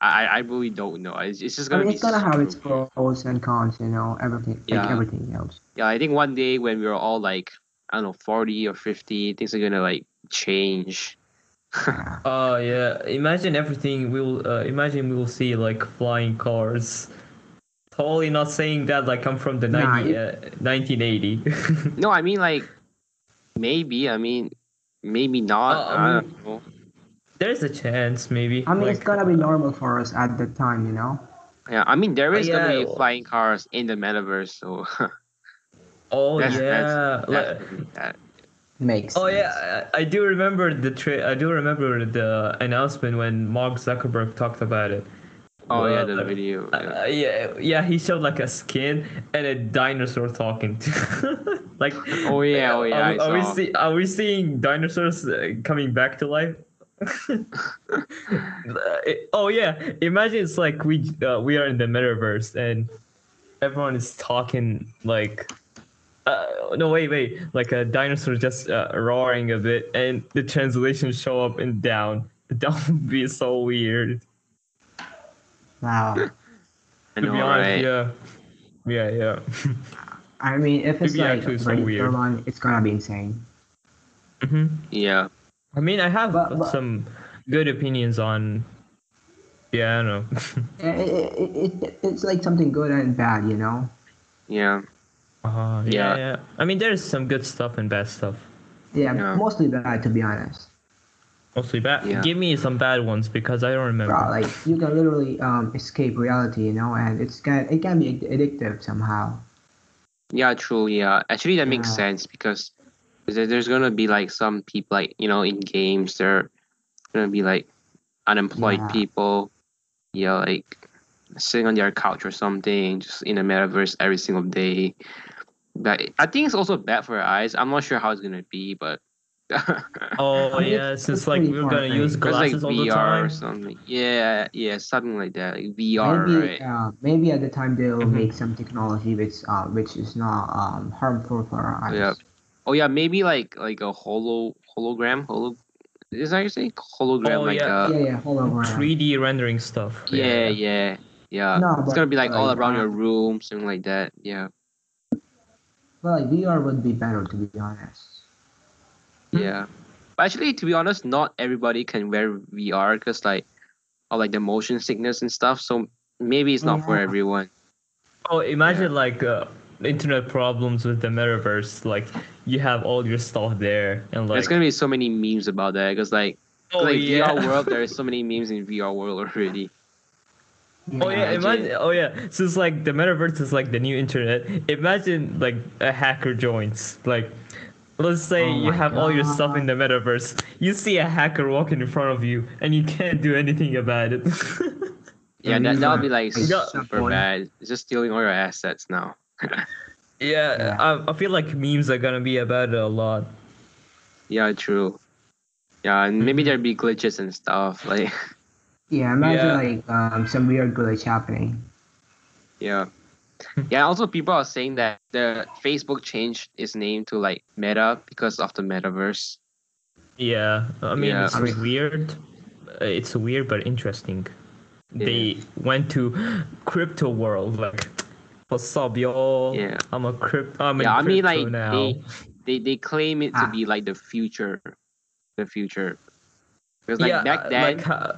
I I really don't know. It's, it's just I gonna mean, be. it's gonna have its super weird. pros and cons, you know, everything, Yeah. like everything else. Yeah, I think one day when we're all like I don't know forty or fifty, things are gonna like change. Yeah. Oh yeah, imagine everything. We'll uh, imagine we'll see like flying cars. Totally not saying that. Like I'm from the Nah, 90, uh, 1980. No, I mean like maybe. I mean maybe not. Uh, I I don't know. There's a chance, maybe. I mean, it's like- gonna be normal for us at the time, you know. Yeah, I mean there Uh, is gonna yeah, be well- flying cars in the metaverse, so Oh That's- that's- yeah. like- that's gonna be that. Makes. Oh sense. yeah, I, I do remember the tra- I do remember the announcement when Mark Zuckerberg talked about it. Oh yeah, the Well, video. yeah. Uh, yeah, yeah, he showed like a skin and a dinosaur talking to. like, Oh, yeah, oh, yeah, I Are, are we saw. see, Are we seeing dinosaurs uh, coming back to life? Uh, it- oh yeah, imagine it's like we uh, we are in the metaverse and everyone is talking like. Uh, no wait wait like a dinosaur just uh, roaring a bit and the translations show up and down that would be so weird Wow. I to know, be honest, right? yeah. Yeah, yeah. I mean, if It'd it's be like actually so Ready weird. Player One, it's gonna be insane. Mhm. Yeah. I mean, I have But- but- some good opinions on. Yeah, I don't know. It, it, it, it, it's like something good and bad, you know. Yeah. Uh, Yeah. yeah, yeah. I mean, there's some good stuff and bad stuff. Yeah, Yeah. mostly bad to be honest. Mostly bad. Yeah. Give me some bad ones because I don't remember. Bro, like you can literally um escape reality, you know, and it's can it can be ad- addictive somehow. Yeah, true. Yeah, actually, that makes Yeah. sense because there- there's gonna be like some people, like you know, in games, they're gonna be like unemployed Yeah. people, yeah, like sitting on their couch or something, just in the metaverse every single day. But I think it's also bad for your eyes. I'm not sure how it's gonna be, but Oh I yeah, mean, it's- since it's like pretty we are gonna far, use right? it's like glasses all the VR or time. something. Yeah, yeah, something like that, like VR, maybe right? uh, maybe at the time they'll Mhm. make some technology which uh which is not um harmful for our eyes. Yeah. Oh yeah, maybe like like a holo hologram holo. Is that what you say hologram? Oh, like yeah. uh, yeah, yeah, hold on. 3D rendering stuff. Yeah, yeah, yeah. No, uh, it's but, gonna be like all like, around uh, your room, something like that. Yeah, Well, like VR would be better to be honest. Hmm. yeah. But actually, to be honest, not everybody can wear VR because like, of like the motion sickness and stuff. So maybe it's not for Yeah. everyone. Oh, imagine like uh, internet problems with the metaverse. Like you have all your stuff there and like. There's gonna be so many memes about that because like, oh like yeah. VR world, there's so many memes in VR world already. Oh yeah, Yeah, imagine. Jay. Oh yeah, since like the metaverse is like the new internet, imagine like a hacker joins. Like, let's say Oh you my have all your stuff in the metaverse. You see a hacker walking in front of you, and you can't do anything about it. Yeah, that that'll be like Yeah. super bad. It's just stealing all your assets now. yeah, Yeah. I, I feel like memes are gonna be about it a lot. Yeah, true. Yeah, and Hmm. maybe there'll be glitches and stuff. Like, Yeah, imagine Yeah. like um some weird glitch happening. yeah, yeah. Also, people are saying that the Facebook changed its name to like Meta because of the metaverse. Yeah, I mean Yeah. it's weird. Uh, It's weird but interesting. Yeah. They went to crypto world like. What's up, y'all? Yeah. I'm a crypt. I'm in yeah, I mean, crypto like now. they, they they claim it to Ah. be like the future, the future. Because like back uh, then, like, uh,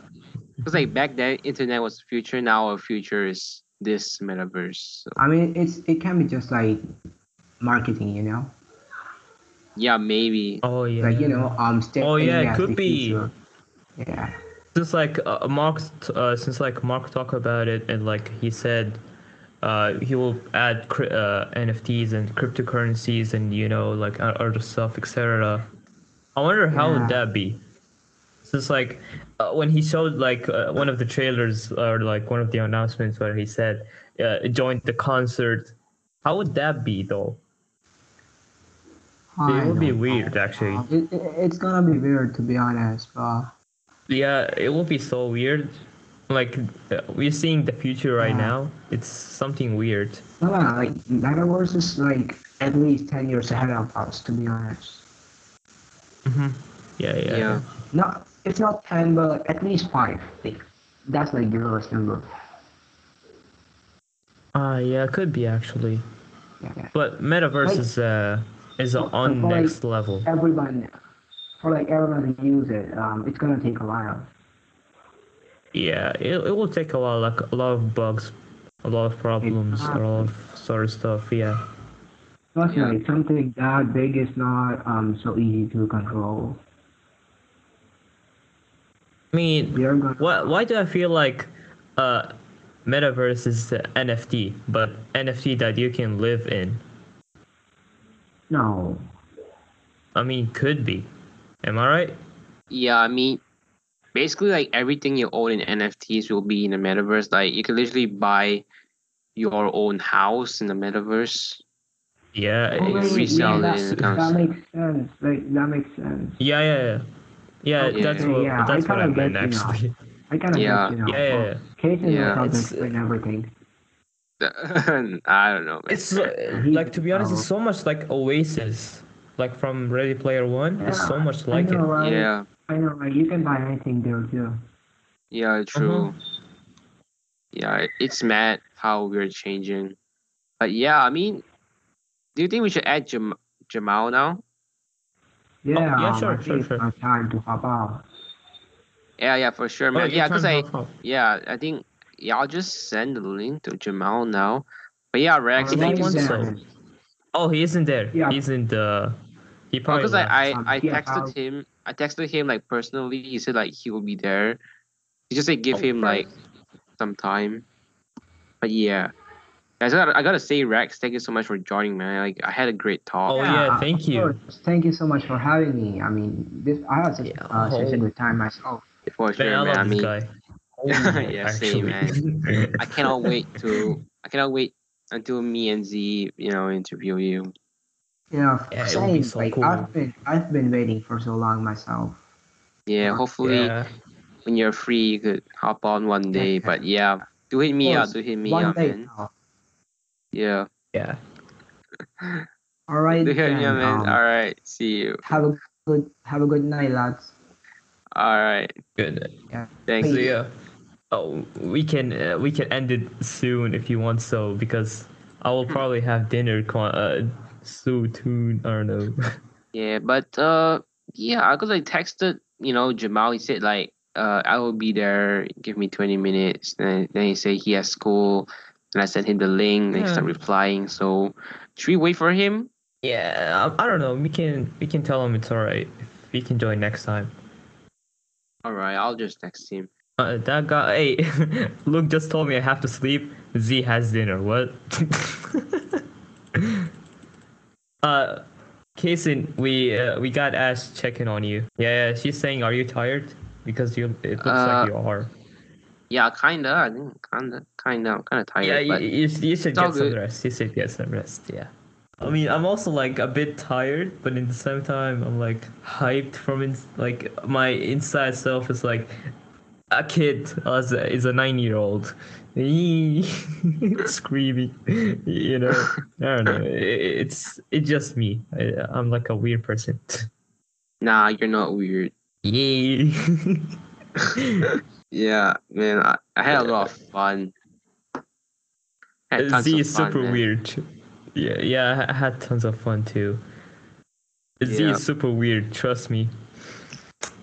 because like back then, internet was the future. Now our future is this metaverse. So, I mean, it's it can be just like marketing, you know. yeah, maybe. oh yeah, Like you know, um, Oh, yeah, it staging as could the be. future. Yeah. since like uh, Mark, uh, since like Mark talked about it and like he said, uh, he will add cri- uh, NFTs and cryptocurrencies and you know like o- other stuff, etc. I wonder how Yeah. would that be. So it's like uh, when he showed like uh, one of the trailers or like one of the announcements where he said uh, joined the concert. How would that be though? I it would be don't weird know. Uh, actually. It, it, it's gonna be weird to be honest, but Yeah, it would be so weird. Like uh, we're seeing the future right Yeah. now. It's something weird. no, no, like Metaverse is like at least ten years ahead of us, to be honest. Mm-hmm. Yeah, yeah, yeah. Yeah. Not it's not ten, but at least five. Like that's like the lowest number. Ah, yeah, it could be actually. Yeah, yeah. But metaverse Like- is uh is Like- on like- next level. Everyone, for like everyone to use it, um, it's gonna take a while. Yeah, it, it will take a while, like a lot of bugs, a lot of problems, a lot of sort of stuff. Yeah. Plus, Yeah. like something that big is not um so easy to control. I mean, They're gonna why why do I feel like uh metaverse is the NFT, but NFT that you can live in? no. I mean, could be. Am I right? Yeah, I mean, basically, like everything you own in NFTs will be in the metaverse. Like, you can literally buy your own house in the metaverse. Yeah. Oh, wait, it's- wait, resell yeah, it, that, it counts. that makes sense. Like that makes sense. Yeah, yeah, yeah. Yeah, Okay, that's what yeah, I that's what I kinda meant get you now. actually. I kind of Yeah. you know. Yeah, yeah, yeah. Cases Yeah. yeah, It's- explain everything. I don't know. man. It's uh, he- like to be honest, it's so much like Oasis, like from Ready Player One. It's so much like I know, it. Oh, Right? yeah, I know, right? You can buy anything there too. yeah, true. Yeah, it- it's mad how we're changing. But yeah, I mean, do you think we should add Jam- Jamal now? Yeah, yeah, um, sure, I think sure, it's sure. my time to hop out. Yeah, yeah, for sure, Oh, man. your yeah, time because I, is up. yeah, I think, yeah, I'll just send the link to Jamal now. But yeah, Rex, Alright, thank you one so sec. Oh, he isn't there. Yeah. He's in the. He probably. because I, um, I, I yeah, texted I'll- him. I texted him like personally. He said like he will be there. He just like give Oh, him like some time. But yeah, Guys, I gotta, I gotta say, Rex, thank you so much for joining, man. Like I had a great talk. Oh yeah, Yeah, thank uh, of you. course. Thank you so much for having me. I mean, this I had such, Yeah, uh, such a whole- good time myself. for man, I sure, love man. I this mean, guy. yeah, same, man. I cannot wait to, I cannot wait until me and Z, you know, interview you. Yeah, Yeah, it would same. be so like cool. I've been I've been waiting for so long myself. Yeah, hopefully Yeah. when you're free, you could hop on one day. But yeah, do hit me up. course, Do hit me One up, day. man. now. Yeah, Yeah. All right. do hit me up, then, man. um, All right, see you. Have a good have a good night, lads. All right, Good. thanks. So yeah. Oh, we can uh, we can end it soon if you want so because I will probably have dinner con- uh, so soon. I don't know. Yeah, but uh, yeah, because I texted, you know, Jamal. He said like, uh, I will be there. Give me twenty minutes. And then he said he has school, and I sent him the link. And he Yeah. started replying. So should we wait for him? Yeah, I, I don't know. We can we can tell him it's alright. If he can join next time. All right, I'll just text him. Uh, that guy. Hey, Luke just told me I have to sleep. Z has dinner. What? uh, Kason, we uh, we got Ash checking on you. Yeah, yeah, she's saying, "Are you tired?" Because you it looks like Uh, you are. Yeah, kinda. I think kinda, kinda. I'm kinda tired. Yeah, but you, you, you should it's all get some good. rest. You should get some rest. Yeah. I mean, I'm also like a bit tired, but in the same time, I'm like hyped from in, like my inside self is like a kid as a, is a nine year old screaming. You know, I don't know. It, it's it's just me. I, I'm like a weird person. nah, you're not weird. Yay. Yeah, man. I, I had a Yeah. lot of fun. I had tons Z of is fun, super man. weird. Yeah, yeah, I had tons of fun too. Z Yeah. is super weird. Trust me.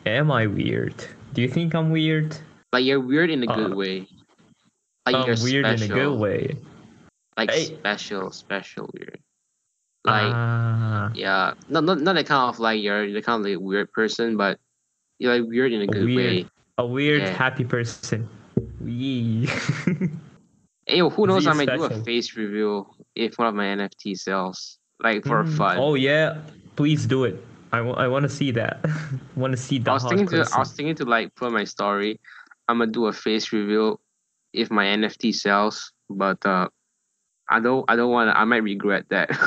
Am I weird? Do you think I'm weird? Like you're weird in a good Uh, way. Like I'm Uh, you're weird special. in a good way. like Hey. special, special weird. Like ah, yeah, not not not the kind of like you're the kind of like weird person, but you're like weird in a good Weird. way. a weird yeah. happy person. Yee. Hey, yo, who knows? Z I is might do a special. face reveal if one of my NFT sells, like for Mm. fun. Oh yeah, please do it. I want to see that. want to see that. I was thinking to I was thinking to like put my story. I'm gonna do a face reveal if my NFT sells, but uh, I don't I don't want. to I might regret that.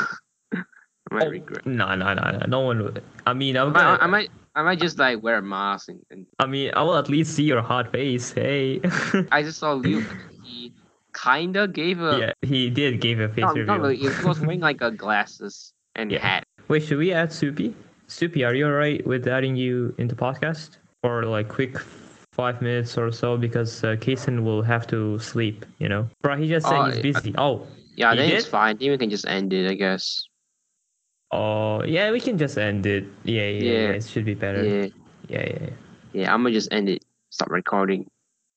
I Oh, might regret. No, no, no, no. No one would. I mean, I'm I might, gonna, I might I might just like wear a mask and, and I mean, I will at least see your hot face. Hey. I just saw Luke. he kinda gave a yeah, he did give a face not, reveal. not really. He was wearing like a glasses and Yeah. hat. Wait, should we add Soupy? Soupy, are you alright with adding you into podcast or like quick five minutes or so because uh, Kason will have to sleep. You know, bro. He just said Oh, he's I- busy. oh, Yeah, He then it's did? fine. Then we can just end it, I guess. oh, yeah. We can just end it. Yeah, yeah, yeah. Yeah. It should be better. Yeah, yeah, yeah. yeah. yeah. I'm gonna just end it. Stop recording.